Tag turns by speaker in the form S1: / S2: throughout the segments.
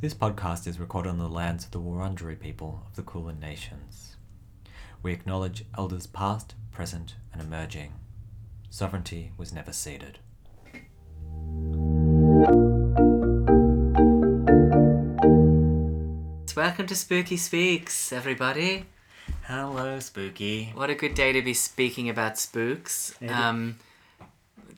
S1: This podcast is recorded on the lands of the Wurundjeri people of the Kulin Nations. We acknowledge elders past, present, and emerging. Sovereignty was never ceded.
S2: Welcome to Spooky Speaks, everybody.
S1: Hello, Spooky.
S2: What a good day to be speaking about spooks.
S1: It is.
S2: Um,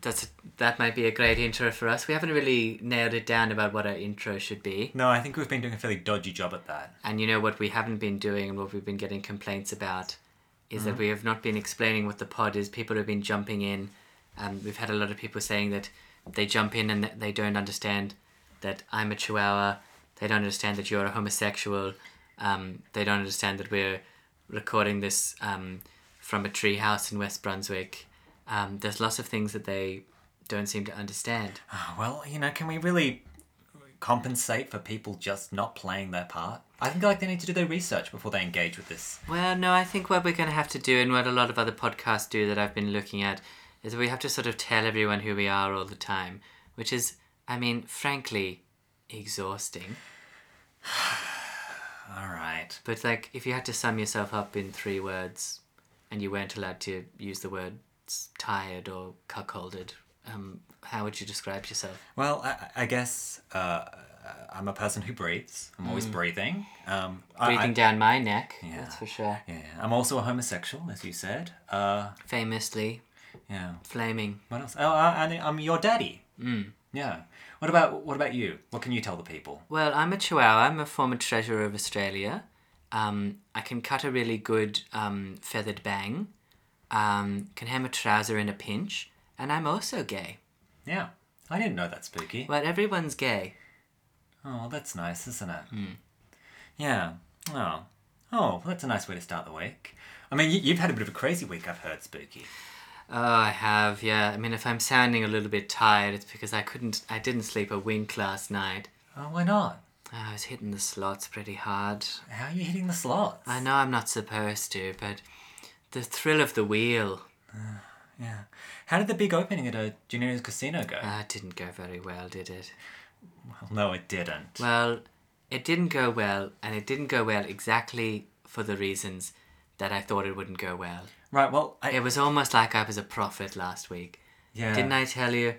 S2: that's that might be a great intro for us. We haven't really nailed it down about what our intro should be.
S1: No, I think we've been doing a fairly dodgy job at that.
S2: And you know what we haven't been doing and what we've been getting complaints about is that we have not been explaining what the pod is. People have been jumping in. Um, we've had a lot of people saying that they jump in and that they don't understand that I'm a chihuahua. They don't understand that you're a homosexual. Um, they don't understand that we're recording this um, from a tree house in West Brunswick. Um, there's lots of things that they don't seem to understand.
S1: Ah, Well, you know, can we really compensate for people just not playing their part? I think like they need to do their research before they engage with this.
S2: Well, no, I think what we're going to have to do, and what a lot of other podcasts do that I've been looking at, is we have to sort of tell everyone who we are all the time, which is, I mean, frankly, exhausting.
S1: All right.
S2: But, like, if you had to sum yourself up in three words and you weren't allowed to use the words tired or cuckolded, um, how would you describe yourself?
S1: Well, I, I guess uh, I'm a person who breathes. I'm always breathing. Um, I-
S2: Breathing
S1: I,
S2: down my neck,
S1: Yeah.
S2: that's for sure.
S1: Yeah, I'm also a homosexual, as you said. Uh,
S2: Famously,
S1: yeah.
S2: flaming.
S1: What else? Oh, I, I, I'm your daddy. Mm. Yeah. What about what about you? What can you tell the people?
S2: Well, I'm a Chihuahua. I'm a former treasurer of Australia. Um, I can cut a really good um, feathered bang. Um, can hem a trouser in a pinch, and I'm also gay.
S1: Yeah. I didn't know that, Spooky.
S2: Well, everyone's gay.
S1: Oh, that's nice, isn't it?
S2: Mm.
S1: Yeah. Oh. Oh, well, that's a nice way to start the week. I mean, you, you've had a bit of a crazy week, I've heard, Spooky.
S2: Oh, I have. Yeah. I mean, if I'm sounding a little bit tired, it's because I couldn't. I didn't sleep a wink last night. Ah,
S1: Oh, why not?
S2: I was hitting the slots pretty hard.
S1: How are you hitting the slots?
S2: I know I'm not supposed to, but the thrill of the wheel
S1: Yeah. How did the big opening at a Junior's Casino go?
S2: uh, didn't go very well, did it?
S1: well, no, it didn't.
S2: Well, it didn't go well, and it didn't go well exactly for the reasons that I thought it wouldn't go well.
S1: right, well, I...
S2: It was almost like I was a prophet last week.
S1: yeah.
S2: Didn't I tell you?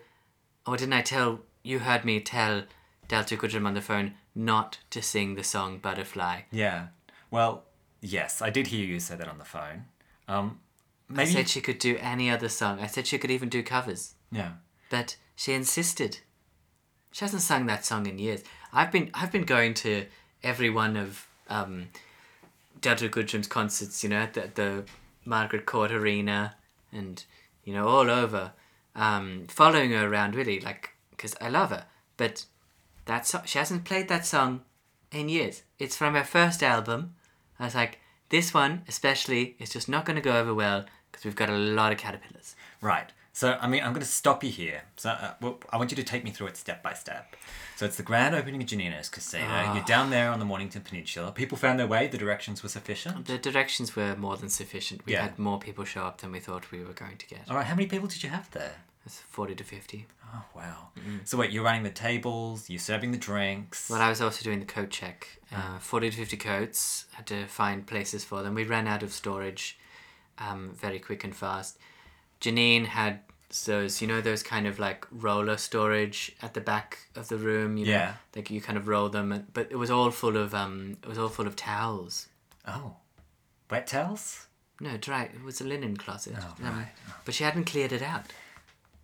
S2: Or didn't I tell you? Heard me tell Delta Goodrum on the phone not to sing the song Butterfly.
S1: Yeah. Well, yes, I did hear you say that on the phone. Um,
S2: I
S1: maybe.
S2: said she could do any other song. I said she could even do covers,
S1: yeah.
S2: but she insisted. She hasn't sung that song in years. I've been I've been going to every one of um, Delta Goodrum's concerts, you know, at the, the Margaret Court Arena and, you know, all over, um, following her around really, like, because I love her. But that song, she hasn't played that song in years. It's from her first album. I was like, this one especially is just not going to go over well because we've got a lot of caterpillars.
S1: Right. So, I mean, I'm going to stop you here. So, uh, well, I want you to take me through it step by step. So, it's the grand opening of Janino's Casino.
S2: Ah.
S1: You're down there on the Mornington Peninsula. People found their way, the directions were sufficient.
S2: The directions were more than sufficient. We
S1: Yeah. Oh.
S2: had more people show up than we thought we were going to get.
S1: All right, how many people did you have there?
S2: It's 40 to 50.
S1: Oh, wow. So, wait, you're running the tables, you're serving the drinks.
S2: Well, I was also doing the coat check.
S1: Oh.
S2: Uh, 40 to 50 coats, had to find places for them. We ran out of storage um, very quick and fast. Janine had those, you know, those kind of like roller storage at the back of the room. You know,
S1: Yeah.
S2: Like you kind of roll them, but it was all full of um, it was all full of towels.
S1: Oh. Wet towels?
S2: No, dry. It was a linen closet.
S1: Oh,
S2: Um,
S1: right.
S2: But she hadn't cleared it out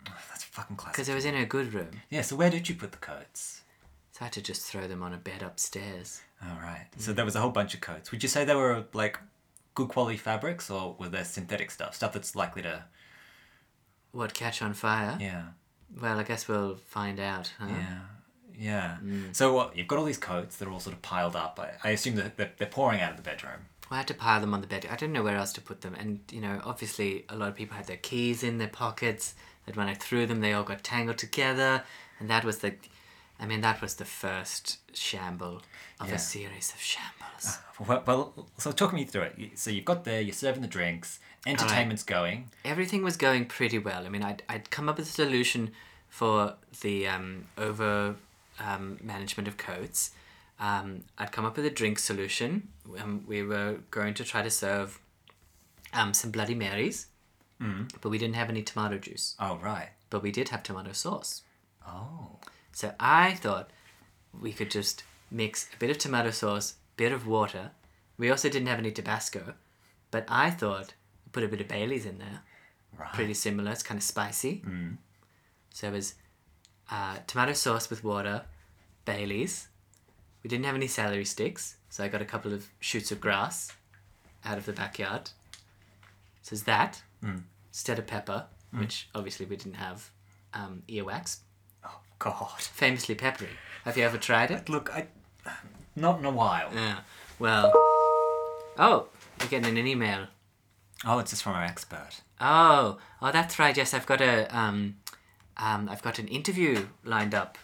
S1: Oh, that's fucking classic.
S2: because it was in her good room.
S1: Yeah, so where did you put the coats?
S2: So I had to just throw them on a bed upstairs.
S1: All right. So
S2: Mm.
S1: there was a whole bunch of coats. Would you say they were like good quality fabrics, or were there synthetic stuff, stuff that's likely to?
S2: What catch on fire?
S1: Yeah.
S2: Well, I guess we'll find out. Huh?
S1: Yeah. Yeah.
S2: Mm.
S1: So what? You've got all these coats. They're all sort of piled up. I, I assume that they're, they're pouring out of the bedroom.
S2: I had to pile them on the bed. I didn't know where else to put them. And, you know, obviously a lot of people had their keys in their pockets. That when I threw them, they all got tangled together. And that was the, I mean, that was the first shamble of
S1: Yeah. Ah.
S2: a series of shambles.
S1: Well, well, so talk me through it. You- So you've got there. You're serving the drinks. Entertainment's going.
S2: Everything was going pretty well. I mean, I'd, I'd come up with a solution for the um, over um, management of coats. um, I'd come up with a drink solution. Um, we were going to try to serve um, some Bloody Marys, mm. but we didn't have any tomato juice.
S1: Oh, right.
S2: But we did have tomato sauce.
S1: Oh.
S2: So I thought we could just mix a bit of tomato sauce, bit of water. We also didn't have any Tabasco, but I thought put a bit of Bailey's in there.
S1: Right.
S2: Pretty similar. It's kind of spicy. So it was uh, tomato sauce with water, Bailey's. We didn't have any celery sticks, so I got a couple of shoots of grass out of the backyard. So it's that instead of pepper, which obviously we didn't have um, earwax.
S1: Oh, God.
S2: Famously peppery. Have you ever tried it?
S1: Look, I. Not in a while.
S2: Yeah. Well. Oh, we're getting an email.
S1: Oh, it's just from our expert.
S2: Oh, oh, that's right. Yes, I've got a um, um, I've got an interview lined up.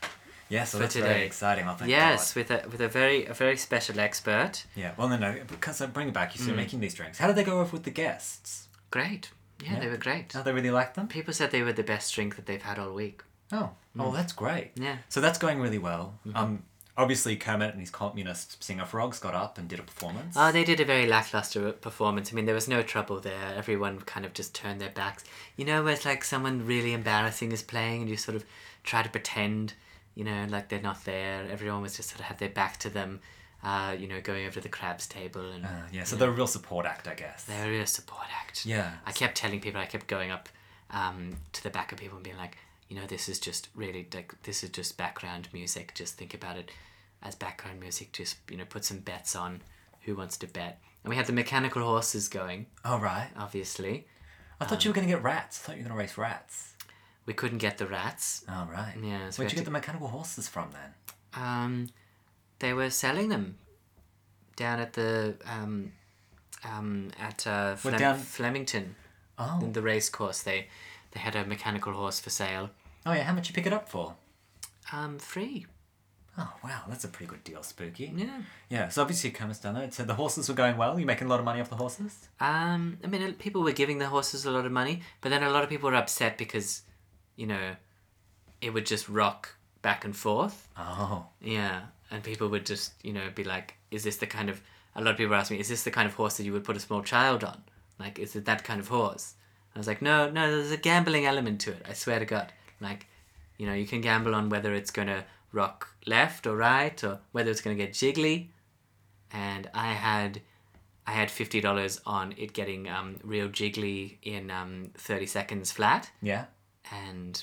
S1: Yes, so that's
S2: today.
S1: very exciting. Oh, thank
S2: yes,
S1: God.
S2: with a with a very a very special expert.
S1: Yeah. Well, no, no. Because I bring it back.
S2: Mm.
S1: You're still making these drinks. How did they go off with the guests?
S2: Great. Yeah, they were great.
S1: Oh, they really liked them.
S2: People said they were the best drink that they've had all week.
S1: Oh, oh,
S2: Mm.
S1: that's great.
S2: Yeah.
S1: So that's going really well.
S2: Mm-hmm.
S1: Um, obviously Kermit and his communist singer frogs got up and did a performance.
S2: Oh, they did a very lackluster performance. I mean, there was no trouble there. Everyone kind of just turned their backs. You know, where it's like someone really embarrassing is playing and you sort of try to pretend, you know, like they're not there. Everyone was just sort of had their back to them, uh, you know, going over to the crabs table and
S1: Uh, yeah. So they're a real support act, I guess.
S2: they're a support act.
S1: Yeah.
S2: I kept telling people, I kept going up um, to the back of people and being like, you know, this is just really like this is just background music. Just think about it as background music. Just you know, put some bets on. Who wants to bet? And we had the mechanical horses going.
S1: Oh right.
S2: Obviously,
S1: I thought you
S2: Um,
S1: were going to get rats. I thought you were going to race rats.
S2: we couldn't get the rats.
S1: Oh right.
S2: Yeah, so we
S1: Where'd
S2: had
S1: you
S2: to-
S1: get the mechanical horses from then?
S2: Um, they were selling them down at the um, um, at uh,
S1: Well,
S2: Flem-
S1: down-
S2: Flemington
S1: Oh.
S2: in the race course. They they had a mechanical horse for sale.
S1: Oh yeah. How much you pick it up for?
S2: Um, free.
S1: Oh wow, that's a pretty good deal, Spooky.
S2: Yeah.
S1: Yeah. So obviously Kermit's done that. So the horses were going well. You're making a lot of money off the horses.
S2: Um, I mean, people were giving the horses a lot of money, but then a lot of people were upset because, you know, it would just rock back and forth.
S1: Oh.
S2: Yeah, and people would just, you know, be like, "Is this the kind of?" A lot of people ask me, "Is this the kind of horse that you would put a small child on? Like, is it that kind of horse?" I was like, "No, no, there's a gambling element to it. I swear to God. Like, you know, you can gamble on whether it's gonna rock left or right, or whether it's gonna get jiggly." And I had, I had fifty dollars on it getting um, real jiggly in um, thirty seconds flat,
S1: Yeah.
S2: and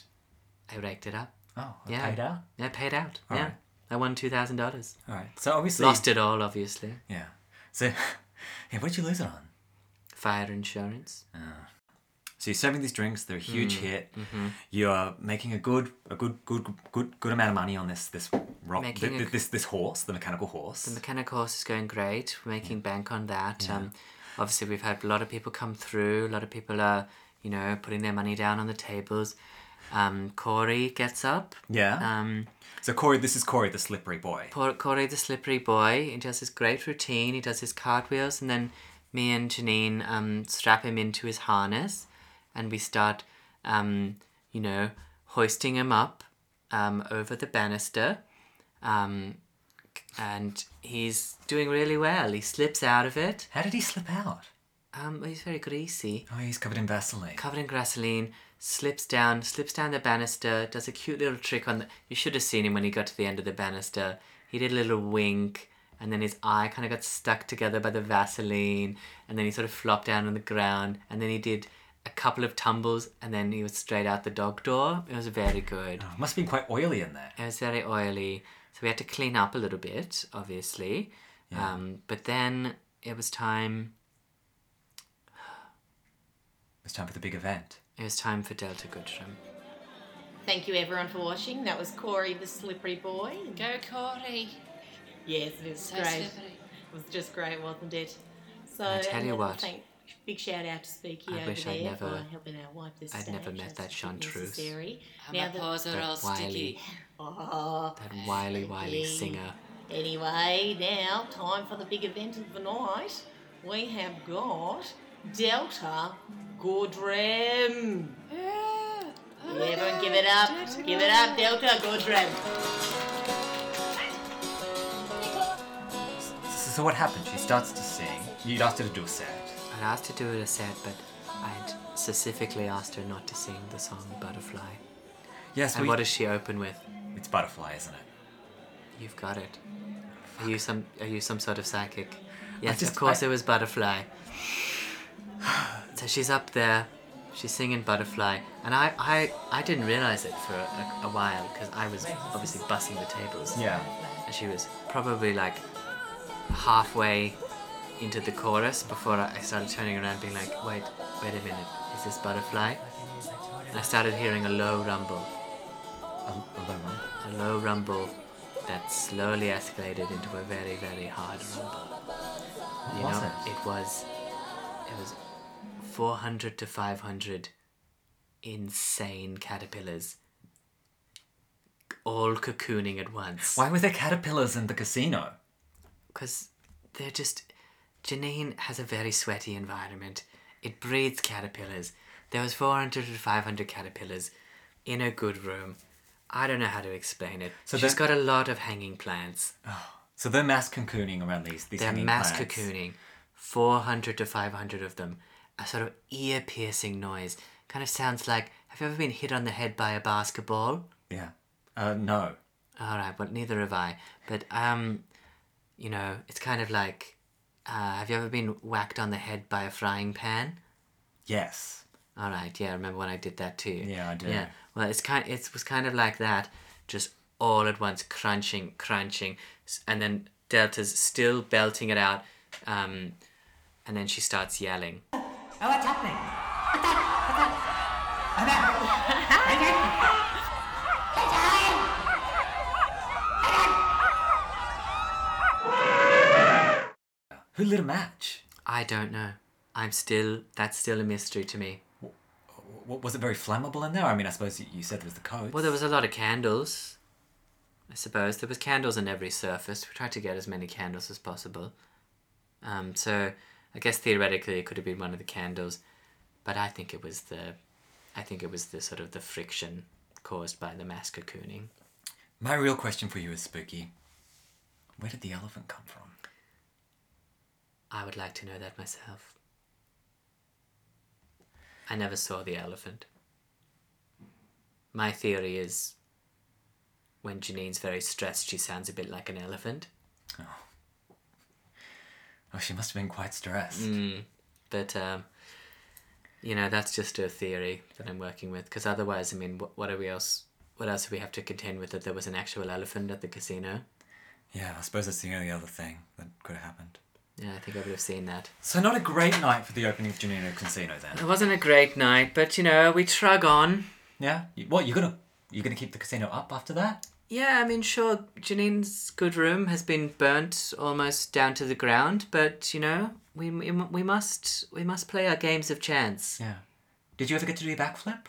S2: I raked it up.
S1: Oh. I
S2: Yeah.
S1: Paid out.
S2: Yeah, paid out. yeah,
S1: right.
S2: I won two thousand dollars.
S1: All right. So obviously.
S2: Lost it all, obviously.
S1: Yeah. So, yeah, what did you lose it on?
S2: Fire insurance.
S1: So you're serving these drinks; they're a huge
S2: Mm,
S1: hit.
S2: mm-hmm.
S1: You're making a good, a good, good, good, good amount of money on this this rock, th-
S2: Making a-
S1: th- this this horse, the mechanical horse.
S2: Mechanic horse is going great. We're making bank on that. Um, obviously, we've had a lot of people come through. A lot of people are, you know, putting their money down on the tables. Um, Corey gets up.
S1: yeah.
S2: Um,
S1: so Corey, this is Corey, the slippery boy.
S2: poor Corey, the slippery boy, he does his great routine. He does his cartwheels, and then me and Janine um, strap him into his harness, and we start, um, you know, hoisting him up um, over the banister, um, and he's doing really well. He slips out of it.
S1: How did he slip out?
S2: Um, he's very greasy
S1: Oh, he's covered in Vaseline.
S2: covered in gasoline, slips down, slips down the banister, does a cute little trick on the. You should have seen him when he got to the end of the banister. He did a little wink, and then his eye kind of got stuck together by the Vaseline, and then he sort of flopped down on the ground, and then he did a couple of tumbles, and then he was straight out the dog door. It was very good.
S1: Oh, must have been quite oily in there.
S2: It was very oily, so we had to clean up a little bit, obviously. Um, but then it was time.
S1: It's time for the big event.
S2: It was time for Delta Goodrum.
S3: Thank you everyone for watching. That was Corey the Slippery Boy.
S4: Go, Corey.
S3: Yes, it was
S4: So
S3: great.
S4: slippery.
S3: It was just great, wasn't it? So
S2: I tell you
S3: and
S2: what.
S3: thank- big shout out to Speaky
S2: I
S3: over
S2: wish
S3: there
S2: I'd never-
S3: for helping out wipe this
S2: I'd
S3: stage.
S2: never met
S3: That's
S2: that Sean Truth.
S3: necessary.
S4: And
S3: Now
S4: my
S3: that-
S4: paws are
S2: That
S4: all sticky.
S2: wily,
S3: Oh,
S2: that wily, wily
S3: Slippery.
S2: singer.
S3: Anyway, now time for the big event of the night. We have got Delta Gordrem.
S4: Yeah. Oh,
S3: Everyone,
S4: no.
S3: give it up.
S4: Dirty
S3: Give it up,
S4: boy.
S3: Delta Gordrem.
S4: Nicola.
S1: So what happened? She starts to sing. You asked her to do a set.
S2: I'd asked her to do it a set, but I'd specifically asked her not to sing the song Butterfly.
S1: Yes,
S2: And
S1: we,
S2: what does she open with?
S1: it's butterfly, isn't it?
S2: You've got it. Are you some are you some sort of psychic? Yes,
S1: just-
S2: of course
S1: I-
S2: it was butterfly. so she's up there, she's singing butterfly, and I I, I didn't realize it for a, a while because I was obviously bussing the tables.
S1: Yeah.
S2: And she was probably like halfway into the chorus before I I started turning around, being like, wait, wait a minute, is this butterfly? And I started hearing a low rumble
S1: Al- Alone.
S2: a low rumble that slowly escalated into a very, very hard rumble. You
S1: was
S2: know,
S1: it?
S2: it was it was four hundred to five hundred insane caterpillars. All cocooning at once.
S1: Why were there caterpillars in the casino?
S2: Because they're just. Janine has a very sweaty environment. It breeds caterpillars. There was 400 to 500 caterpillars in a good room. I don't know how to explain it.
S1: So
S2: So
S1: that-
S2: got a lot of hanging plants.
S1: So they're mass cocooning around these these
S2: They're
S1: hanging
S2: mass
S1: plants.
S2: cocooning. 400 to 500 of them. A sort of ear piercing noise. Kind of sounds like have you ever been hit on the head by a basketball?
S1: Yeah. Uh, no.
S2: All right, well, neither have I. But, um, you know, it's kind of like uh, have you ever been whacked on the head by a frying pan?
S1: Yes.
S2: All right, yeah, I remember when I did that too.
S1: Yeah, I do.
S2: Yeah, well, it's kind it was kind of like that, just all at once, crunching, crunching, s- and then Delta's still belting it out, um, and then she starts yelling.
S5: Oh, what's happening?
S1: Who lit a match?
S2: I don't know. I'm still that's still a mystery to me.
S1: W- w- Was it very flammable in there? I mean, I suppose you- you said it was the code.
S2: Well, there was a lot of candles. I suppose there was candles on every surface. We tried to get as many candles as possible. Um, so I guess theoretically it could have been one of the candles, but I think it was the, I think it was the sort of the friction caused by the mass cocooning.
S1: My real question for you is spooky. Where did the elephant come from?
S2: I would like to know that myself. I never saw the elephant. My theory is when Janine's very stressed, she sounds a bit like an elephant.
S1: Oh, she must have been quite stressed.
S2: Mm. But um, you know, that's just a theory that I'm working with. Because otherwise, I mean, what, what are we else? What else do we have to contend with? That there was an actual elephant at the casino.
S1: Yeah, I suppose that's the only other thing that could have happened.
S2: Yeah, I think I would have seen that.
S1: So not a great night for the opening of Janino Casino then.
S2: It wasn't a great night, but you know, we trug on.
S1: Yeah. You, what you gonna you gonna keep the casino up after that?
S2: Yeah, I mean, sure, Janine's good room has been burnt almost down to the ground, but you know, we we, we must we must play our games of chance.
S1: Yeah. Did you ever get to do a backflip?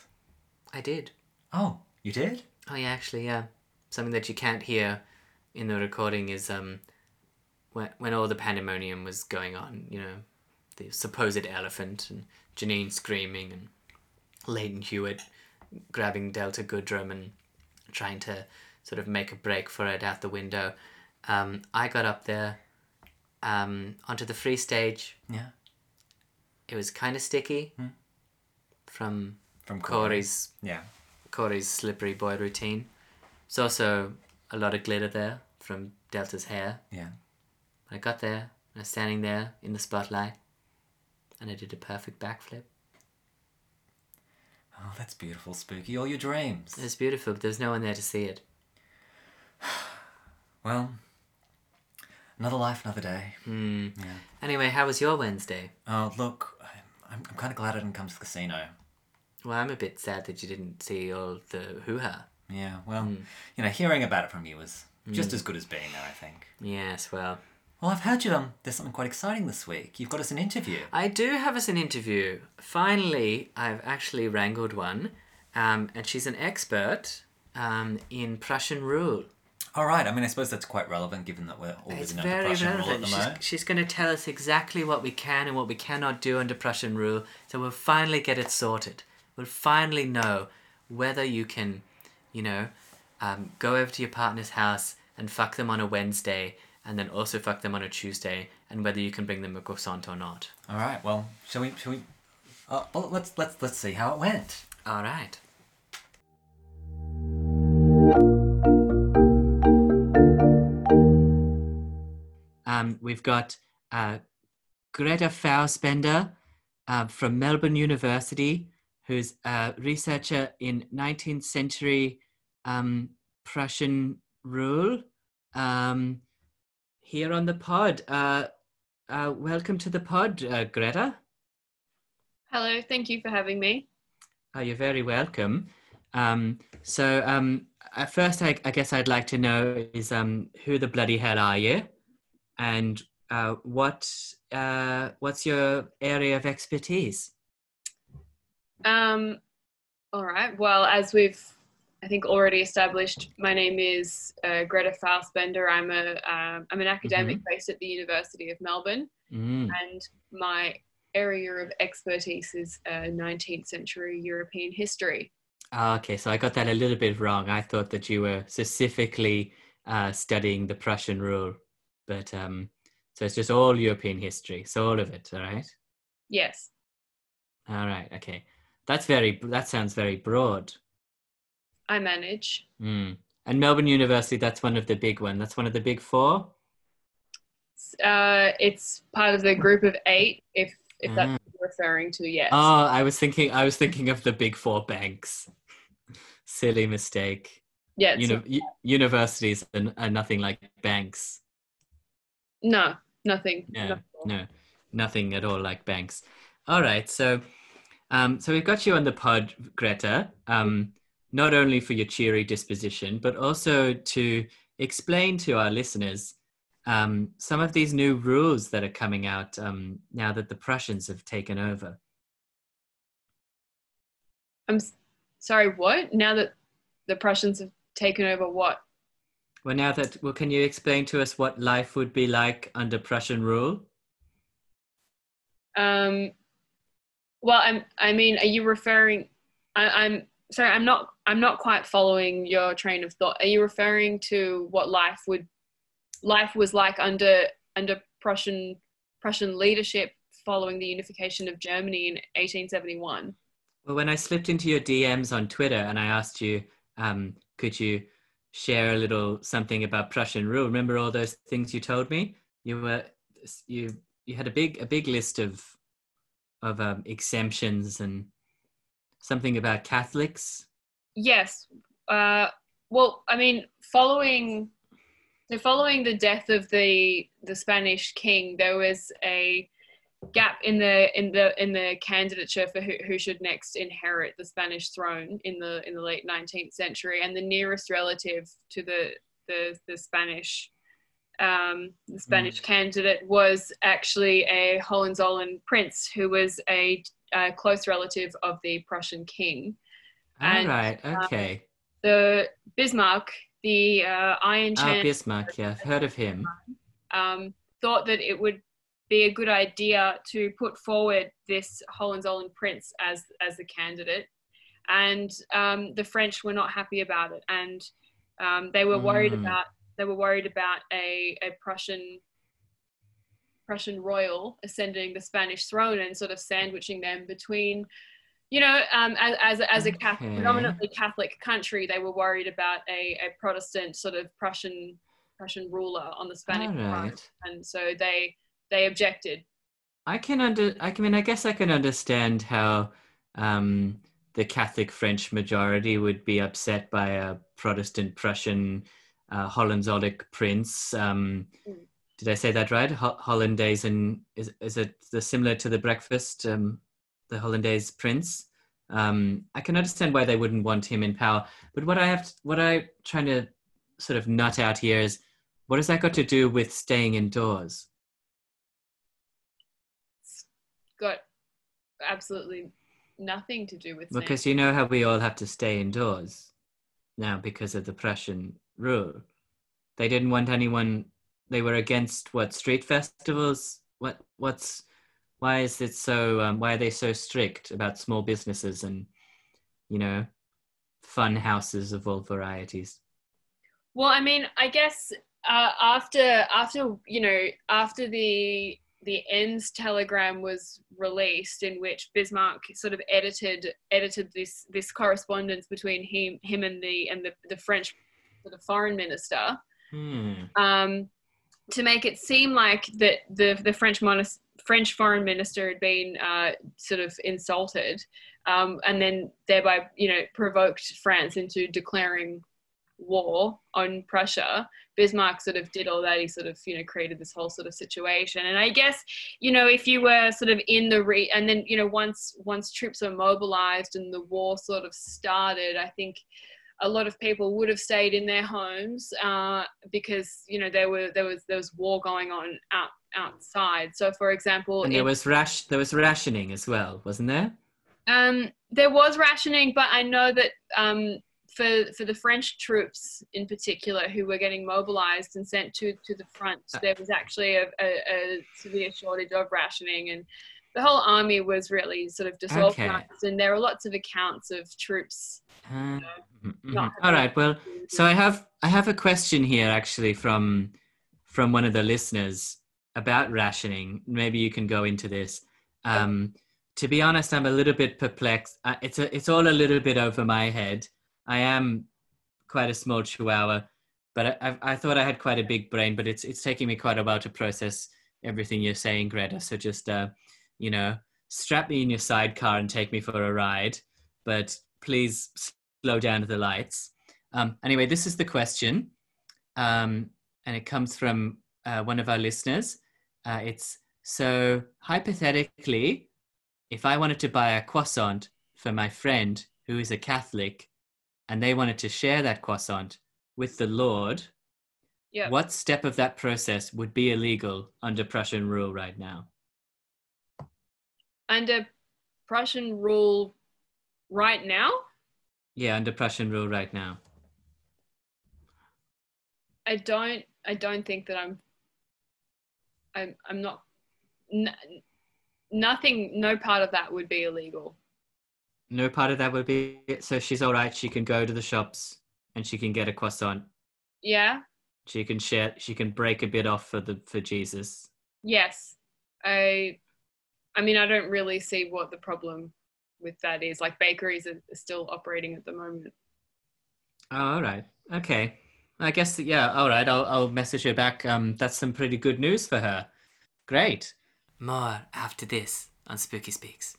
S2: I did.
S1: Oh, you did?
S2: Oh yeah, actually, yeah. Something that you can't hear in the recording is um, when when all the pandemonium was going on. You know, the supposed elephant and Janine screaming and Leighton Hewitt grabbing Delta Goodrum and trying to sort of make a break for it out the window. Um, I got up there um, onto the free stage.
S1: Yeah.
S2: It was kind of sticky from
S1: From
S2: Corey's
S1: Yeah.
S2: Corey's slippery boy routine. There's also a lot of glitter there from Delta's hair.
S1: Yeah.
S2: When I got there, I was standing there in the spotlight, and I did a perfect backflip.
S1: Oh, that's beautiful, spooky. All your dreams.
S2: It was beautiful, but there was no one there to see it.
S1: Well, another life, another day.
S2: Anyway, how was your Wednesday?
S1: Oh, look, I'm, I'm, I'm kind of glad I didn't come to the casino.
S2: Well, I'm a bit sad that you didn't see all the hoo ha.
S1: Yeah, well, you know, hearing about it from you was just as good as being there, I think.
S2: Yes, well,
S1: Well, I've heard you, um, there's something quite exciting this week. You've got us an interview.
S2: I do have us an interview. Finally, I've actually wrangled one, um, and she's an expert um, in Prussian rule.
S1: All right, I mean, I suppose that's quite relevant given that we're always
S2: It's
S1: under
S2: very
S1: Prussian rule at
S2: relevant.
S1: the
S2: She's,
S1: moment.
S2: she's going to tell us exactly what we can and what we cannot do under Prussian rule. So we'll finally get it sorted. We'll finally know whether you can, you know, um, go over to your partner's house and fuck them on a Wednesday and then also fuck them on a Tuesday, and whether you can bring them a croissant or not.
S1: All right. Well, shall we? Shall we? Uh, well, let's let's let's see how it went.
S2: All right. Um, we've got uh, Greta Fausbender uh, from Melbourne University, who's a researcher in 19th century um, Prussian rule. Um, here on the pod. Uh, uh, welcome to the pod, uh, Greta.
S5: Hello, thank you for having me.
S2: Oh, you're very welcome. Um, so, um, uh, first, I, I guess I'd like to know is um, who the bloody hell are you, and uh, what uh, what's your area of expertise?
S5: Um, all right, well, as we've I think already established, my name is uh, Greta Fausbender. I'm a um, I'm an academic based at the University of Melbourne,
S2: Mm.
S5: and my area of expertise is uh, 19th century European history.
S2: Ah, okay, so I got that a little bit wrong. I thought that you were specifically uh, studying the Prussian rule, but um, so it's just all European history, so all of it. All right.
S5: Yes,
S2: All right. Okay. That's very. That sounds very broad.
S5: I manage.
S2: Mm. And Melbourne University. That's one of the big one. That's one of the big four.
S5: Uh, it's part of the group of eight, if if that's
S2: Ah.
S5: what you're referring to. Yes.
S2: Oh, I was thinking. I was thinking of the big four banks. Silly mistake.
S5: yes.
S2: Uni- u- universities are, are nothing like banks.
S5: no, nothing.
S2: No,
S5: not at all.
S2: no, nothing at all like banks. All right, so um, so we've got you on the pod, Greta. Um, not only for your cheery disposition, but also to explain to our listeners um, some of these new rules that are coming out um, now that the Prussians have taken over.
S5: I'm s- sorry, what? Now that the Prussians have taken over what?
S2: Well, now that well, can you explain to us what life would be like under Prussian rule?
S5: Um, well, I'm. I mean, are you referring? I, I'm sorry. I'm not. I'm not quite following your train of thought. Are you referring to what life would, life was like under under Prussian Prussian leadership following the unification of Germany in 1871?
S2: Well, when I slipped into your DMs on Twitter and I asked you, um, could you share a little something about Prussian rule? Remember all those things you told me? You were you you had a big a big list of of um, exemptions and something about Catholics.
S5: Yes. Uh, well, I mean, following so following the death of the the Spanish king, there was a gap in the in the in the candidature for who, who should next inherit the Spanish throne in the in the late 19th century, and the nearest relative to the the, the Spanish um, the Spanish candidate was actually a Hohenzollern prince who was a, a close relative of the Prussian king
S2: All
S5: And,
S2: right, okay.
S5: the Bismarck, the uh, Iron
S2: Ah,
S5: Chan,
S2: Bismarck, yeah, I've heard of him.
S5: um, thought that it would be a good idea to put forward this Hohenzollern prince as as the candidate, and um, the French were not happy about it, and um, they were worried
S2: Mm.
S5: about they were worried about a, a Prussian Prussian royal ascending the Spanish throne and sort of sandwiching them between, you know, um, as, as, as a Catholic,
S2: Okay.
S5: predominantly Catholic country, they were worried about a, a Protestant sort of Prussian Prussian ruler on the Spanish
S2: All
S5: throne,
S2: right.
S5: and so they they objected.
S2: I can under. I can- I mean, I guess I can understand how um, the Catholic French majority would be upset by a Protestant Prussian uh, Hollandolic prince. Um,
S5: Mm.
S2: did I say that right? Ho- Hollandaise and is is it the similar to the breakfast? Um, the Hollandaise prince. Um, I can understand why they wouldn't want him in power. But what I have, to, what I'm trying to sort of nut out here is, what has that got to do with staying indoors?
S5: Got absolutely nothing to do with Snape.
S2: Because you know how we all have to stay indoors now because of the Prussian rule. They didn't want anyone. They were against what street festivals. What what's why is it so? Um, why are they so strict about small businesses and you know fun houses of all varieties?
S5: Well, I mean, I guess uh, after after you know after the the ends telegram was released in which bismarck sort of edited edited this this correspondence between him him and the and the, the french sort of foreign minister
S2: Hmm.
S5: um, to make it seem like that the the French monis- French foreign minister had been uh, sort of insulted, um, and then thereby you know provoked France into declaring war on Prussia. Bismarck sort of did all that. He sort of you know created this whole sort of situation. And I guess you know if you were sort of in the re and then you know once once troops were mobilized and the war sort of started, I think a lot of people would have stayed in their homes uh, because you know there were there was there was war going on out outside. So for example,
S2: And
S5: in-
S2: there was rash. There was rationing as well, wasn't there?
S5: um, there was rationing, but I know that um, for for the French troops in particular, who were getting mobilised and sent to to the front, there was actually a, a, a severe shortage of rationing, and the whole army was really sort of disorganised. And there are lots of accounts of troops.
S2: Uh, mhm, mhm.
S5: Not-
S2: All right. Well, so I have I have a question here actually from from one of the listeners about rationing. Maybe you can go into this. Um, to be honest, I'm a little bit perplexed. Uh, it's a, it's all a little bit over my head. I am quite a small Chihuahua, but I, I, I thought I had quite a big brain. But it's it's taking me quite a while to process everything you're saying, Greta. So just uh, you know, strap me in your sidecar and take me for a ride. But please slow down to the lights. Um, anyway, this is the question, um, and it comes from uh, one of our listeners. Uh, it's so hypothetically, if I wanted to buy a croissant for my friend who is a Catholic, and they wanted to share that croissant with the Lord,
S5: Yeah.
S2: what step of that process would be illegal under Prussian rule right now?
S5: under Prussian rule right now?
S2: Yeah, under Prussian rule right now.
S5: I don't. I don't think that I'm. I'm. I'm not. N- nothing. No part of that would be illegal.
S2: No part of that would be so she's all right. She can go to the shops and she can get a croissant.
S5: Yeah.
S2: She can share. She can break a bit off for the for Jesus.
S5: Yes. I. I mean, I don't really see what the problem with that is. Like bakeries are are still operating at the moment.
S2: Oh, all right. Okay. I guess yeah. All right. I'll I'll message her back. Um, that's some pretty good news for her. Great.
S6: More after this on Spooky Speaks.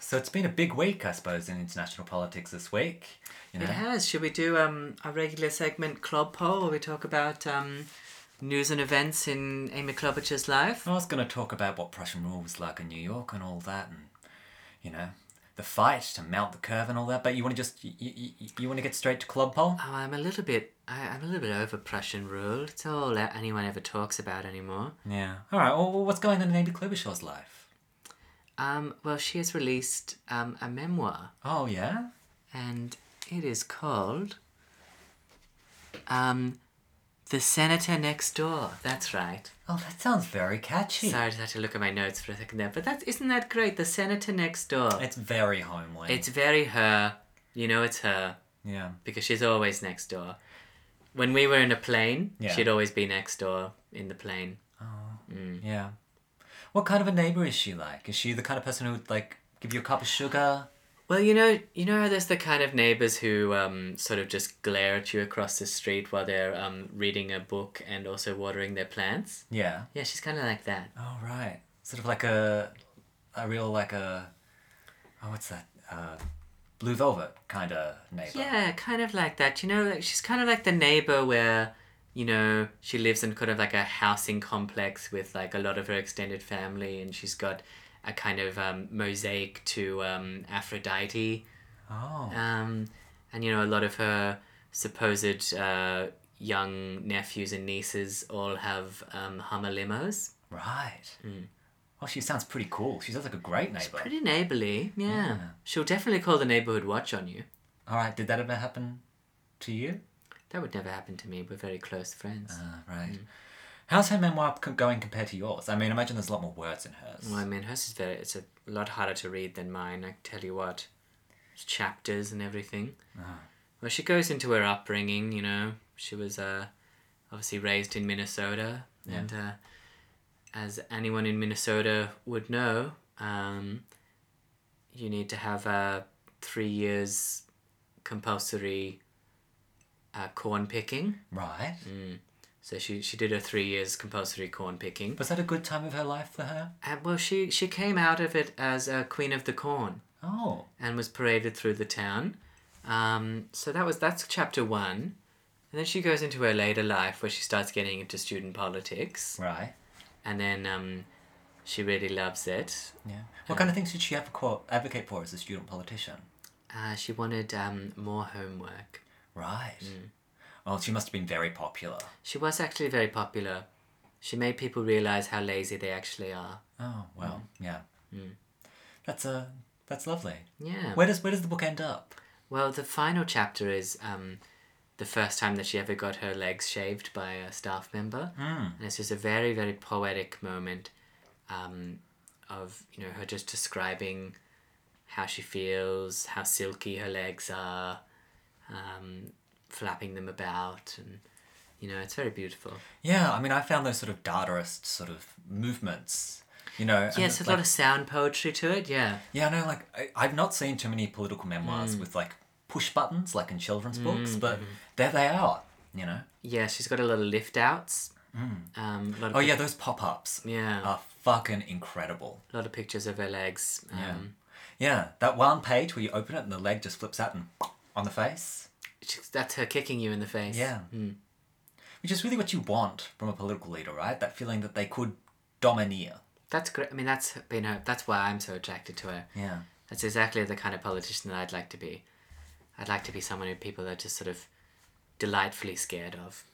S1: So it's been a big week, I suppose, in international politics this week. You know,
S6: It has. Should we do um, a regular segment club poll where we talk about um, news and events in Amy Klobuchar's life?
S1: I was going to talk about what Prussian rule was like in New York and all that, and you know, the fight to mount the curve and all that. But you want to just you, you, you want to get straight to club poll?
S6: Oh, I'm a little bit. I, I'm a little bit over Prussian rule. It's all that anyone ever talks about anymore.
S1: Yeah. All right. Well, what's going on in Amy Klobuchar's life?
S6: Um, well, she has released um, a memoir,
S1: Oh yeah.
S6: and it is called um, "The Senator Next Door." That's right.
S1: Oh, that sounds very catchy.
S6: Sorry, I just had to look at my notes for a second there, but that isn't that great? The Senator Next Door.
S1: It's very homely.
S6: It's very her. You know, it's her
S1: yeah.
S6: because she's always next door. When we were in a plane,
S1: Yeah.
S6: she'd always be next door in the plane.
S1: Yeah. What kind of a neighbor is she like? Is she the kind of person who would like give you a cup of sugar?
S6: Well, you know, you know how there's the kind of neighbors who um, sort of just glare at you across the street while they're um, reading a book and also watering their plants.
S1: Yeah.
S6: Yeah, she's kind of like that.
S1: Oh right. Sort of like a, a real like a, oh what's that? Uh, blue velvet kind of neighbor.
S6: Yeah, kind of like that. You know, like she's kind of like the neighbor where, you know, she lives in kind of like a housing complex with like a lot of her extended family, and she's got a kind of um, mosaic to um, Aphrodite,
S1: Oh.
S6: um, and you know, a lot of her supposed uh, young nephews and nieces all have um, Hummer limos.
S1: Right. Well, she sounds pretty cool. She sounds like a great neighbor.
S6: Pretty neighborly, yeah.
S1: Yeah.
S6: She'll definitely call the neighborhood watch on you.
S1: All right. Did that ever happen to you?
S6: That would never happen to me. We're very close friends.
S1: Uh, right. How's her memoir c- going compared to yours? I mean, imagine there's a lot more words in hers.
S6: Well, I mean, hers is very. It's a lot harder to read than mine. I tell you what, it's chapters and everything.
S2: well, she goes into her upbringing. You know, she was uh, obviously raised in Minnesota, and uh, as anyone in Minnesota would know, um, you need to have uh, three years compulsory uh, corn picking.
S1: Right.
S2: So she she did her three years compulsory corn picking.
S1: Was that a good time of her life for her?
S2: Uh, well, she she came out of it as a queen of the corn
S1: Oh.
S2: and was paraded through the town. Um, so that was that's chapter one, and then she goes into her later life where she starts getting into student politics,
S1: Right.
S2: and then um, she really loves it.
S1: Yeah. What kind of things did she advo- advocate for as a student politician?
S2: Uh, she wanted um, more homework.
S1: Right. Well, she must have been very popular.
S2: She was actually very popular. She made people realize how lazy they actually are.
S1: Oh well, yeah. That's a that's lovely.
S2: Yeah.
S1: Where does where does the book end up?
S2: Well, the final chapter is um, the first time that she ever got her legs shaved by a staff member,
S1: Hmm.
S2: and it's just a very, very poetic moment um, of you know her just describing how she feels, how silky her legs are, um, flapping them about, and you know it's very beautiful.
S1: Yeah, I mean, I found those sort of Dadaist sort of movements. You know, and
S2: Yeah, it's a
S1: like,
S2: lot of sound poetry to it. Yeah,
S1: yeah, I know. Like, I, I've not seen too many political
S2: Mm.
S1: memoirs with like push buttons, like in children's books, but
S2: mm-hmm.
S1: there they are. You know.
S2: yeah, she's got a lot of lift outs. Um, a lot of
S1: Oh yeah, Ah. those pop ups
S2: Yeah.
S1: are fucking incredible.
S2: a lot of pictures of her legs. Um,
S1: Yeah. Yeah, that one page where you open it and the leg just flips out and on the face.
S2: she- that's her kicking you in the face.
S1: Yeah.
S2: Mm.
S1: Which is really what you want from a political leader, right? That feeling that they could domineer.
S2: That's great. I mean, that's been her. That's why I'm so attracted to her.
S1: Yeah.
S2: That's exactly the kind of politician that I'd like to be. I'd like to be someone who people are just sort of delightfully scared of.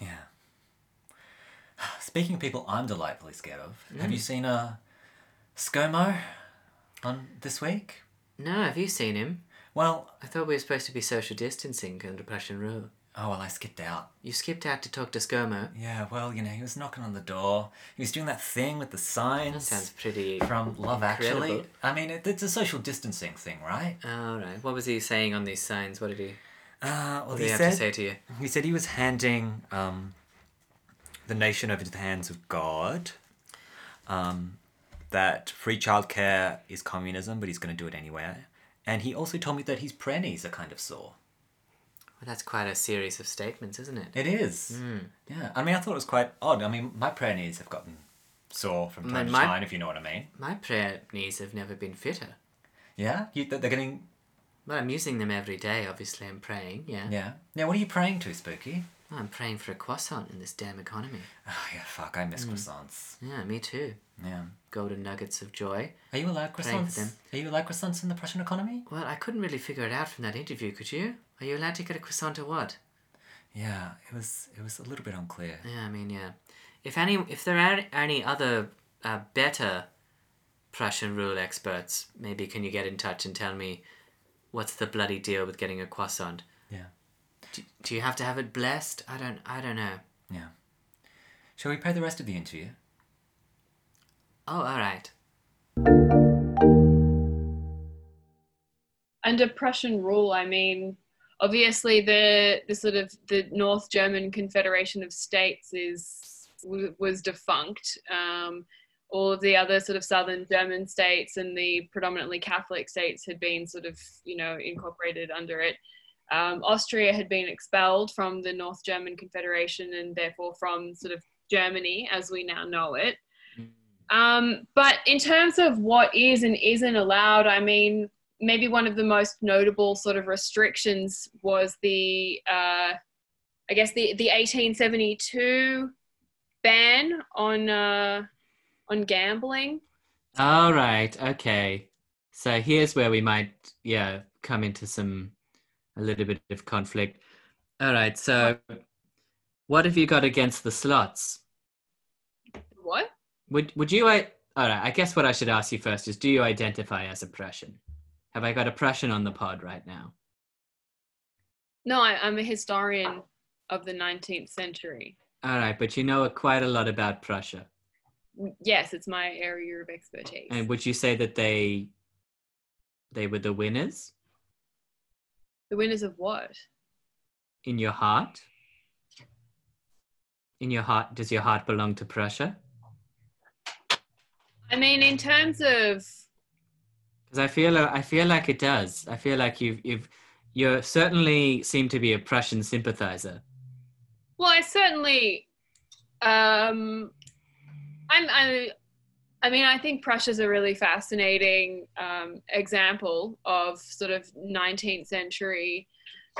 S1: Yeah. Speaking of people I'm delightfully scared of, have
S2: Mm.
S1: you seen a ScoMo on this week?
S2: No, have you seen him?
S1: Well,
S2: I thought we were supposed to be social distancing under Prussian rule.
S1: oh well, I skipped out.
S2: You skipped out to talk to ScoMo.
S1: Yeah, well, you know, he was knocking on the door. He was doing that thing with the signs.
S2: That sounds pretty.
S1: from Love Actually.
S2: Incredible.
S1: I mean, it, it's a social distancing thing, right?
S2: All right. What was he saying on these signs? What did he?
S1: Uh, well,
S2: What did
S1: he
S2: he have
S1: said
S2: to say to you?
S1: he said he was handing um, the nation over to the hands of God. Um, that free childcare is communism, but he's going to do it anyway. And he also told me that his prannies are kind of sore.
S2: Well, that's quite a series of statements, isn't it?
S1: It is.
S2: Hmm.
S1: Yeah. I mean, I thought it was quite odd. I mean, my prannies have gotten sore from time
S2: Mine-
S1: to
S2: mine-
S1: time, if you know what I mean.
S2: My prayer knees have never been fitter.
S1: Yeah. You, they're getting.
S2: Well, I'm using them every day, obviously. I'm praying, yeah.
S1: Yeah. Now, what are you praying to, Spooky?
S2: Well, I'm praying for a croissant in this damn economy.
S1: Oh, yeah, fuck, I
S2: Hmm.
S1: miss croissants.
S2: Yeah, me too.
S1: Yeah.
S2: Golden nuggets of joy.
S1: Are you allowed
S2: Praying for
S1: croissants?
S2: them.
S1: Are you allowed croissants in the Prussian economy?
S2: Well, I couldn't really figure it out from that interview, could you? Are you allowed to get a croissant or what?
S1: Yeah, it was it was a little bit unclear.
S2: Yeah, I mean, yeah. If any, if there are any other uh, better Prussian rule experts, maybe can you get in touch and tell me what's the bloody deal with getting a croissant?
S1: Yeah.
S2: Do, do you have to have it blessed? I don't, I don't know.
S1: Yeah. Shall we play the rest of the interview?
S2: Oh, all right.
S5: under Prussian rule, I mean, obviously the the sort of the North German Confederation of States is w- was defunct. Um, all of the other sort of southern German states and the predominantly Catholic states had been sort of you know incorporated under it. Um, Austria had been expelled from the North German Confederation and therefore from sort of Germany as we now know it. Um, but in terms of what is and isn't allowed, I mean, maybe one of the most notable sort of restrictions was the, uh, I guess the, the 1872 ban on uh, on gambling.
S2: All right, okay. So here's where we might, yeah, come into some a little bit of conflict. All right, so what have you got against the slots?
S5: What?
S2: Would would you I all right, I guess what I should ask you first is do you identify as a Prussian? Have I got a Prussian on the pod right now?
S5: No, I, I'm a historian of the 19th century.
S2: All right, but you know quite a lot about Prussia.
S5: Yes, it's my area of expertise.
S2: And would you say that they they were the winners?
S5: The winners of what?
S2: In your heart? In your heart, does your heart belong to Prussia?
S5: I mean, in terms of
S2: Because I feel I feel like it does. I feel like you've you've you certainly seem to be a Prussian sympathizer.
S5: Well, I certainly, um, I'm, I, I mean, I think Prussia's a really fascinating um, example of sort of 19th century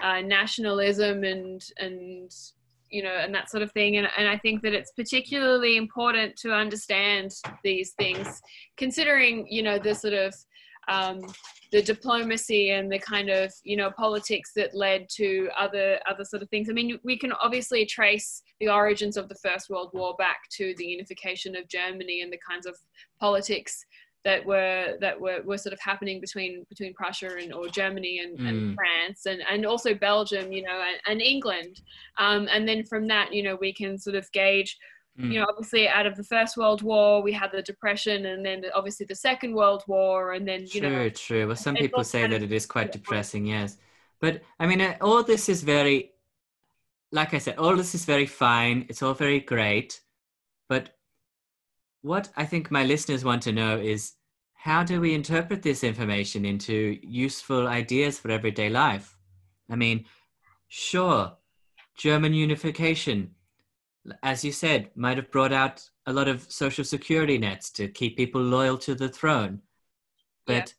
S5: uh, nationalism and and you know and that sort of thing. And and I think that it's particularly important to understand these things, considering you know the sort of um, the diplomacy and the kind of you know politics that led to other other sort of things. I mean, we can obviously trace the origins of the First World War back to the unification of Germany and the kinds of politics that were that were, were sort of happening between between Prussia and or Germany and, and France and and also Belgium, you know, and, and England. Um, and then from that, you know, we can sort of gauge
S2: Mm. Hmm.
S5: you know obviously out of the first world war we had the depression and then obviously the second world war and then you
S2: true,
S5: know
S2: true. Well, some
S5: it's
S2: people
S5: all
S2: say
S5: kind
S2: that
S5: of-
S2: it is quite depressing, yes. But I mean, uh, all this is very, like I said, all this is very fine. It's all very great. But what I think my listeners want to know is how do we interpret this information into useful ideas for everyday life? I mean, sure, German unification, as you said, might have brought out a lot of social security nets to keep people loyal to the throne.
S5: Yeah.
S2: But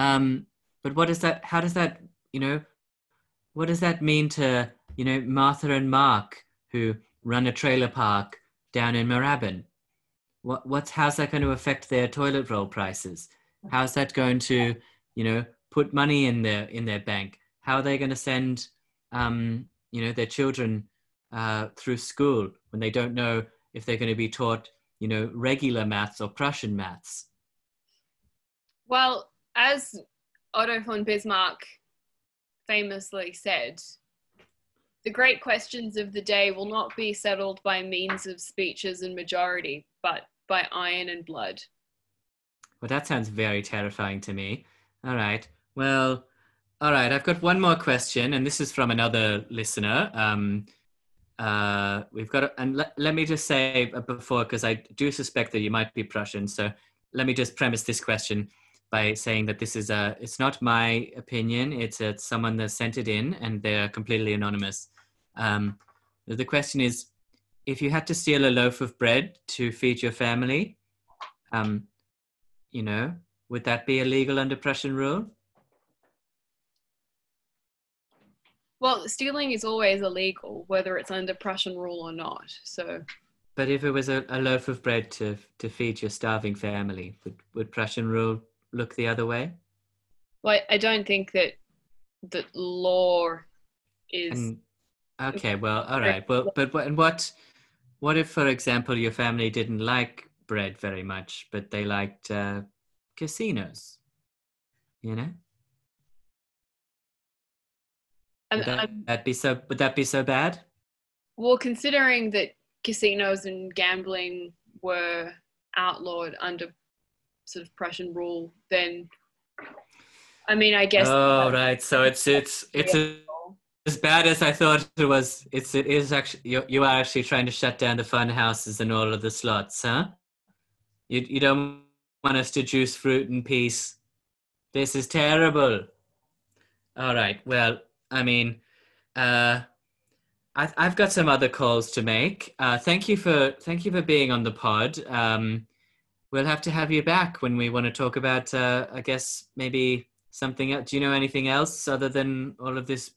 S2: um, but what does that? How does that? You know, what does that mean to you know Martha and Mark who run a trailer park down in Moorabbin? What what's how's that going to affect their toilet roll prices? How's that going to you know put money in their in their bank? How are they going to send um, you know their children uh, through school when they don't know if they're going to be taught you know regular maths or Prussian maths?
S5: Well, as Otto von Bismarck famously said, the great questions of the day will not be settled by means of speeches and majority, but by iron and blood.
S2: Well, that sounds very terrifying to me. All right. Well, all right. I've got one more question, and this is from another listener. Um, uh, we've got, a, and le- let me just say uh, before, because I do suspect that you might be Prussian. So let me just premise this question by saying that this is a, it's not my opinion. It's, it's someone that sent it in, and they're completely anonymous. Um, the question is, if you had to steal a loaf of bread to feed your family, um, you know, would that be illegal under Prussian rule?
S5: Well, stealing is always illegal, whether it's under Prussian rule or not. So,
S2: But if it was a, a loaf of bread to to feed your starving family, would, would Prussian rule look the other way?
S5: well, I don't think that that law is.
S2: And okay, well, all right. Well, but what, and what what if, for example, your family didn't like bread very much, but they liked uh, casinos? You know,
S5: I'm-
S2: would that,
S5: I'm-
S2: that be so? Would that be so bad?
S5: Well, considering that casinos and gambling were outlawed under sort of Prussian rule, then I mean, I guess.
S2: Oh, right. So it's it's it's a as bad as I thought it was, it's it is actually you, you are actually trying to shut down the fun houses and all of the slots, huh? You you don't want us to juice fruit in peace. This is terrible. All right. Well, I mean, uh, I, I've got some other calls to make. Uh, thank you for thank you for being on the pod. Um, we'll have to have you back when we want to talk about. Uh, I guess maybe something else. Do you know anything else other than all of this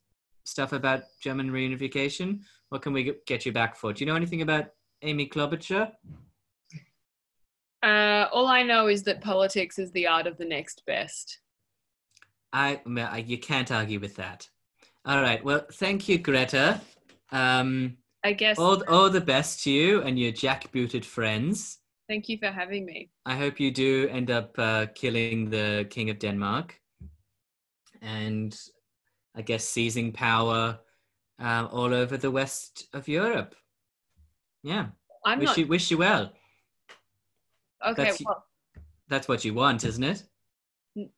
S2: stuff about German reunification? What can we get- get you back for? Do you know anything about Amy Klobuchar?
S5: Uh, all I know is that politics is the art of the next best.
S2: I, I mean, I- you can't argue with that. All right. Well, thank you, Greta. Um,
S5: I guess.
S2: all, all the best to you and your jackbooted friends.
S5: Thank you for having me.
S2: I hope you do end up uh, killing the King of Denmark and I guess seizing power uh, all over the west of Europe. Yeah.
S5: I'm
S2: wish
S5: not
S2: you wish you well.
S5: okay.
S2: that's-
S5: Well,
S2: That's what you want, isn't it?
S5: N-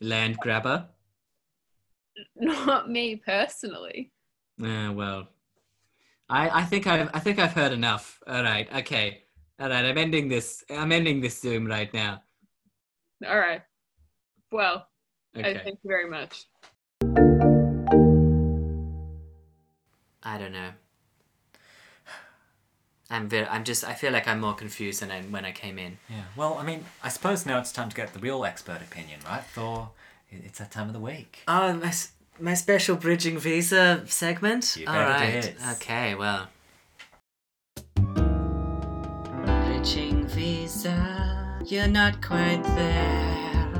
S2: Land grabber.
S5: not me personally.
S7: Uh, well, I I think I've I think I've heard enough. All right, okay, all right. I'm ending this. I'm ending this Zoom right now.
S5: All right. Well, I
S7: Okay.
S5: thank you very much.
S2: I don't know. I'm very. I'm just. I feel like I'm more confused than I, when I came in.
S1: Yeah. Well, I mean, I suppose now it's time to get the real expert opinion, right? Thor, it- it's that time of the week.
S2: Oh, my s- my special bridging visa segment.
S1: You
S2: All
S1: bet
S2: right.
S1: it is.
S2: Okay. Well. Bridging visa, you're not quite there.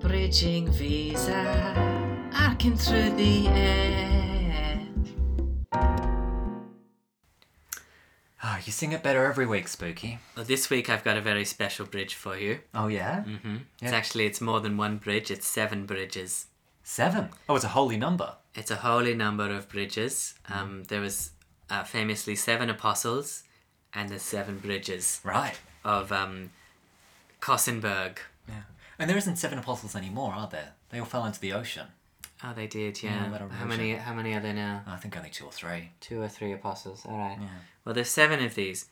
S2: Bridging visa, arcing through the air.
S1: Ah, you sing it better every week, Spooky.
S2: Well, this week I've got a very special bridge for you.
S1: Oh yeah.
S2: hmm
S1: Yeah.
S2: It's actually it's more than one bridge. It's seven bridges.
S1: Seven. Oh, it's a holy number.
S2: It's a holy number of bridges. Um, there was uh, famously seven apostles, and the seven bridges
S1: Right.
S2: of um, Kossenberg.
S1: Yeah. And there isn't seven apostles anymore, are there? They all fell into the ocean.
S2: Oh, they did, yeah.
S1: that
S2: how
S1: erosion.
S2: many? How many are there now?
S1: I think only two or three.
S2: Two or three apostles. All right.
S1: Yeah.
S2: Well, there's seven of these.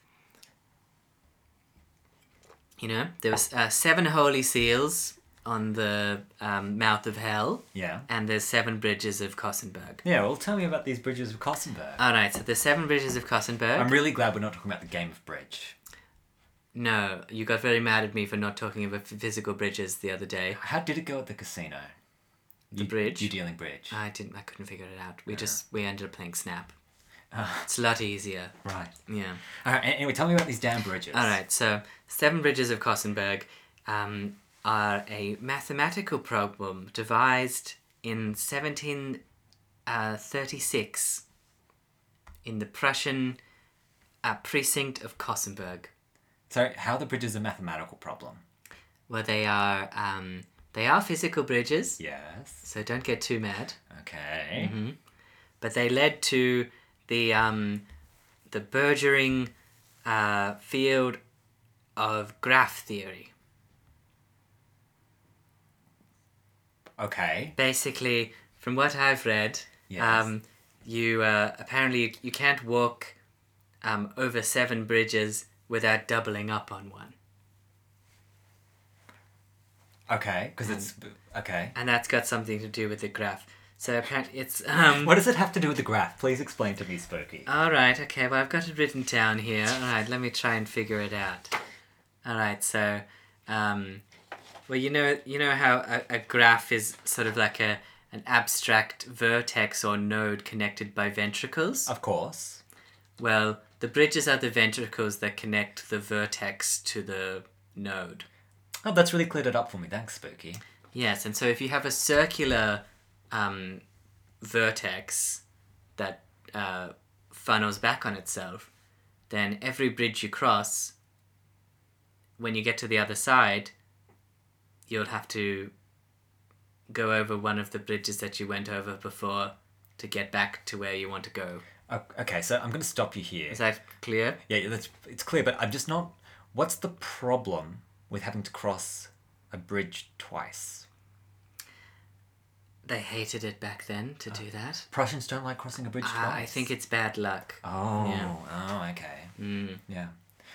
S2: You know, there was uh, seven holy seals on the um, mouth of hell,
S1: Yeah.
S2: and there's seven bridges of Kossenberg.
S1: Yeah. Well, tell me about these bridges of Kossenberg.
S2: All right, so the seven bridges of Kossenberg.
S1: I'm really glad we're not talking about the game of bridge.
S2: No, you got very mad at me for not talking about ph- physical bridges the other day.
S1: How did it go at the casino? The
S2: bridge?
S1: You dealing bridge. Uh,
S2: I didn't. I couldn't figure it out. We just we ended up playing Snap.
S1: Ah.
S2: It's a lot easier.
S1: right.
S2: Yeah.
S1: All right. Anyway, tell me about these damn bridges.
S2: All right. So seven bridges of Kossenberg um, are a mathematical problem devised in seventeen uh, thirty-six in the Prussian uh, precinct of Kossenberg.
S1: So, how the bridge is a mathematical problem.
S2: where they are um, they are physical bridges.
S1: Yes.
S2: So don't get too mad.
S1: Okay.
S2: Mm-hmm. but they led to the um, the burgeoning uh, field of graph theory.
S1: Okay.
S2: Basically, from what I've read,
S1: Yes.
S2: um, you uh, apparently you can't walk um, over seven bridges without doubling up on one,
S1: Okay. Because it's
S2: Mm.
S1: okay.
S2: and that's got something to do with the graph. So apparently, it's um,
S1: What does it have to do with the graph? Please explain to me, Spooky.
S2: All right, okay, well, I've got it written down here. All right, let me try and figure it out. All right, so, um, well, you know, you know how a, a graph is sort of like a an abstract vertex or node connected by ventricles.
S1: Of course.
S2: Well, the bridges are the ventricles that connect the vertex to the node.
S1: Oh, that's really cleared it up for me. Thanks, Spooky.
S2: Yes, and so if you have a circular um, vertex that uh, funnels back on itself, then every bridge you cross, when you get to the other side, you'll have to go over one of the bridges that you went over before to get back to where you want to go.
S1: O- Okay, so I'm going to stop you here.
S2: Is that clear?
S1: Yeah, yeah, that's it's clear, but I'm just not. What's the problem with having to cross a bridge twice?
S2: They hated it back then to do that.
S1: Prussians don't like crossing a bridge
S2: Ah,
S1: twice.
S2: I think it's bad luck.
S1: Oh.
S2: Yeah.
S1: Oh, okay.
S2: Mm,
S1: Yeah.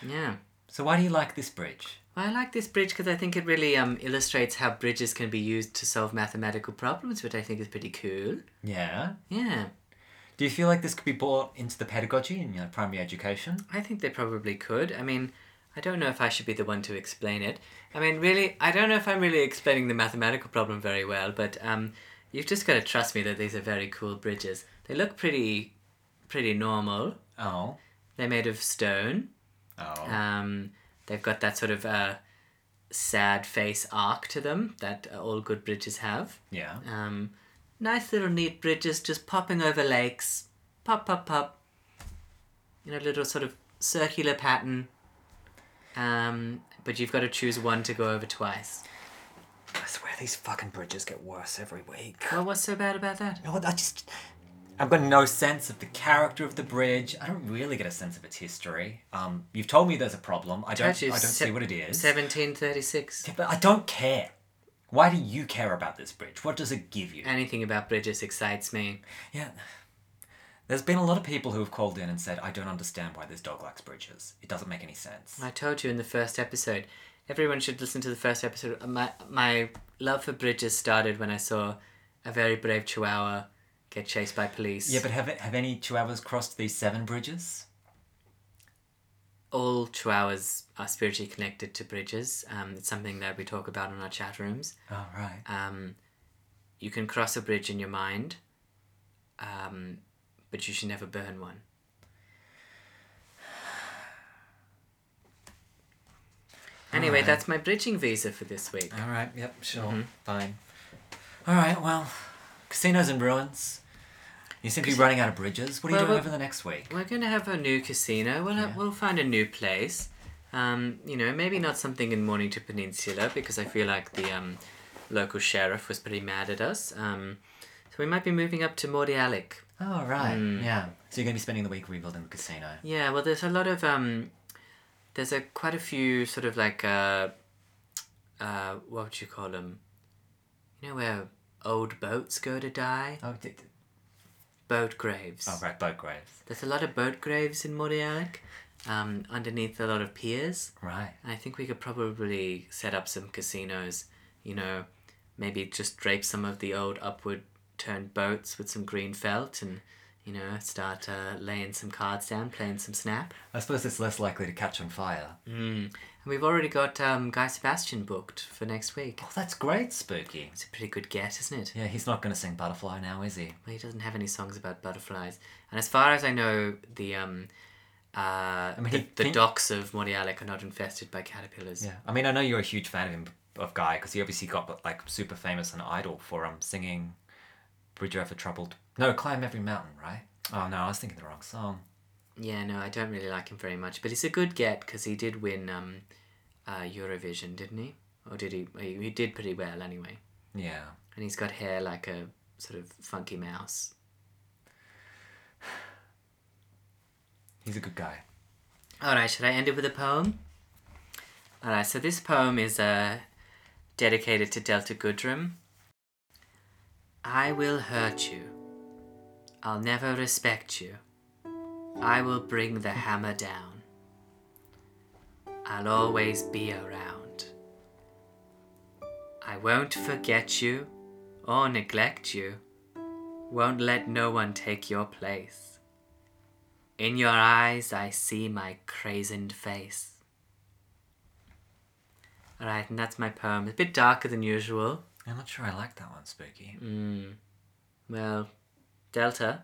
S2: yeah.
S1: So why do you like this bridge?
S2: Well, I like this bridge because I think it really um, illustrates how bridges can be used to solve mathematical problems, which I think is pretty cool.
S1: Yeah.
S2: Yeah,
S1: Do you feel like this could be brought into the pedagogy in your primary education?
S2: I think they probably could. I mean, I don't know if I should be the one to explain it. I mean, really, I don't know if I'm really explaining the mathematical problem very well, but um, you've just got to trust me that these are very cool bridges. They look pretty, pretty normal.
S1: Oh.
S2: They're made of stone.
S1: Oh.
S2: Um, they've got that sort of uh, sad face arc to them that uh, all good bridges have.
S1: yeah.
S2: Um, nice little neat bridges just popping over lakes. Pop, pop, pop. In a little sort of circular pattern. Um, but you've got to choose one to go over twice.
S1: I swear these fucking bridges get worse every week.
S2: Well, what's so bad about that?
S1: No, I just. I've got no sense of the character of the bridge. I don't really get a sense of its history. Um, you've told me there's a problem. I don't. I
S2: Told you
S1: don't
S2: se-
S1: see what it is.
S2: 1736.
S1: Yeah, but I don't care. Why do you care about this bridge? What does it give you?
S2: Anything about bridges excites me.
S1: Yeah. There's been a lot of people who have called in and said, I don't understand why this dog likes bridges. It doesn't make any sense.
S2: I told you in the first episode, everyone should listen to the first episode. Uh, My my love for bridges started when I saw a very brave chihuahua get chased by police.
S1: Yeah, but have, have any chihuahuas crossed these seven bridges?
S2: all chihuahuas are spiritually connected to bridges. Um, it's something that we talk about in our chat rooms.
S1: Oh, right.
S2: Um, you can cross a bridge in your mind, um, but you should never burn one. Anyway,
S1: Alright.
S2: that's my bridging visa for this week.
S1: All right, yep, sure. Fine. All right, well, casinos and ruins. You seem to be running out of bridges. What are you
S2: Well,
S1: doing
S2: well-
S1: over the next week?
S2: We're gonna have a new casino. We'll have, we'll find a new place. Um, you know, maybe not something in Mornington Peninsula because I feel like the um, local sheriff was pretty mad at us. Um, so we might be moving up to Mordialloc.
S1: Oh, right. Yeah. So you're going to be spending the week rebuilding the casino.
S2: Yeah, well, there's a lot of um, there's a quite a few sort of like uh, uh, what would you call them? You know where old boats go to die?
S1: Oh, d- d-
S2: Boat graves.
S1: oh right, boat graves.
S2: There's a lot of boat graves in Mordialloc, um, underneath a lot of piers.
S1: Right.
S2: I think we could probably set up some casinos, you know, maybe just drape some of the old upward turned boats with some green felt and, you know, start uh, laying some cards down, playing some snap.
S1: I suppose it's less likely to catch on fire.
S2: Mm. And we've already got um, Guy Sebastian booked for next week.
S1: Oh, that's great, Spooky.
S2: It's a pretty good get, isn't it?
S1: Yeah, he's not going to sing Butterfly now, is he?
S2: Well, he doesn't have any songs about butterflies. And as far as I know, the um, uh,
S1: mean,
S2: the,
S1: he-
S2: the
S1: he-
S2: docks of Mordialloc are not infested by caterpillars.
S1: Yeah. I mean, I know you're a huge fan of him, of Guy, because he obviously got like super famous and idol for um singing "Bridge Over Troubled." No, climb every mountain, right? Oh no, I was thinking the wrong song.
S2: Yeah, no, I don't really like him very much, but it's a good get because he did win um, uh, Eurovision, didn't he? Or did he? He he did pretty well anyway,
S1: Yeah.
S2: and he's got hair like a sort of funky mouse.
S1: He's a good guy.
S2: All right, should I end it with a poem? All right, so this poem is uh, dedicated to Delta Goodrum. I will hurt you. I'll never respect you. I will bring the hammer down. I'll always be around. I won't forget you or neglect you. Won't let no one take your place. In your eyes, I see my crazened face. Alright, and that's my poem. A bit darker than usual.
S1: I'm not sure I like that one, Spooky.
S2: Well, Delta,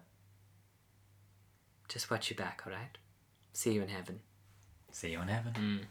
S2: just watch your back, alright? See you in heaven.
S1: See you in heaven.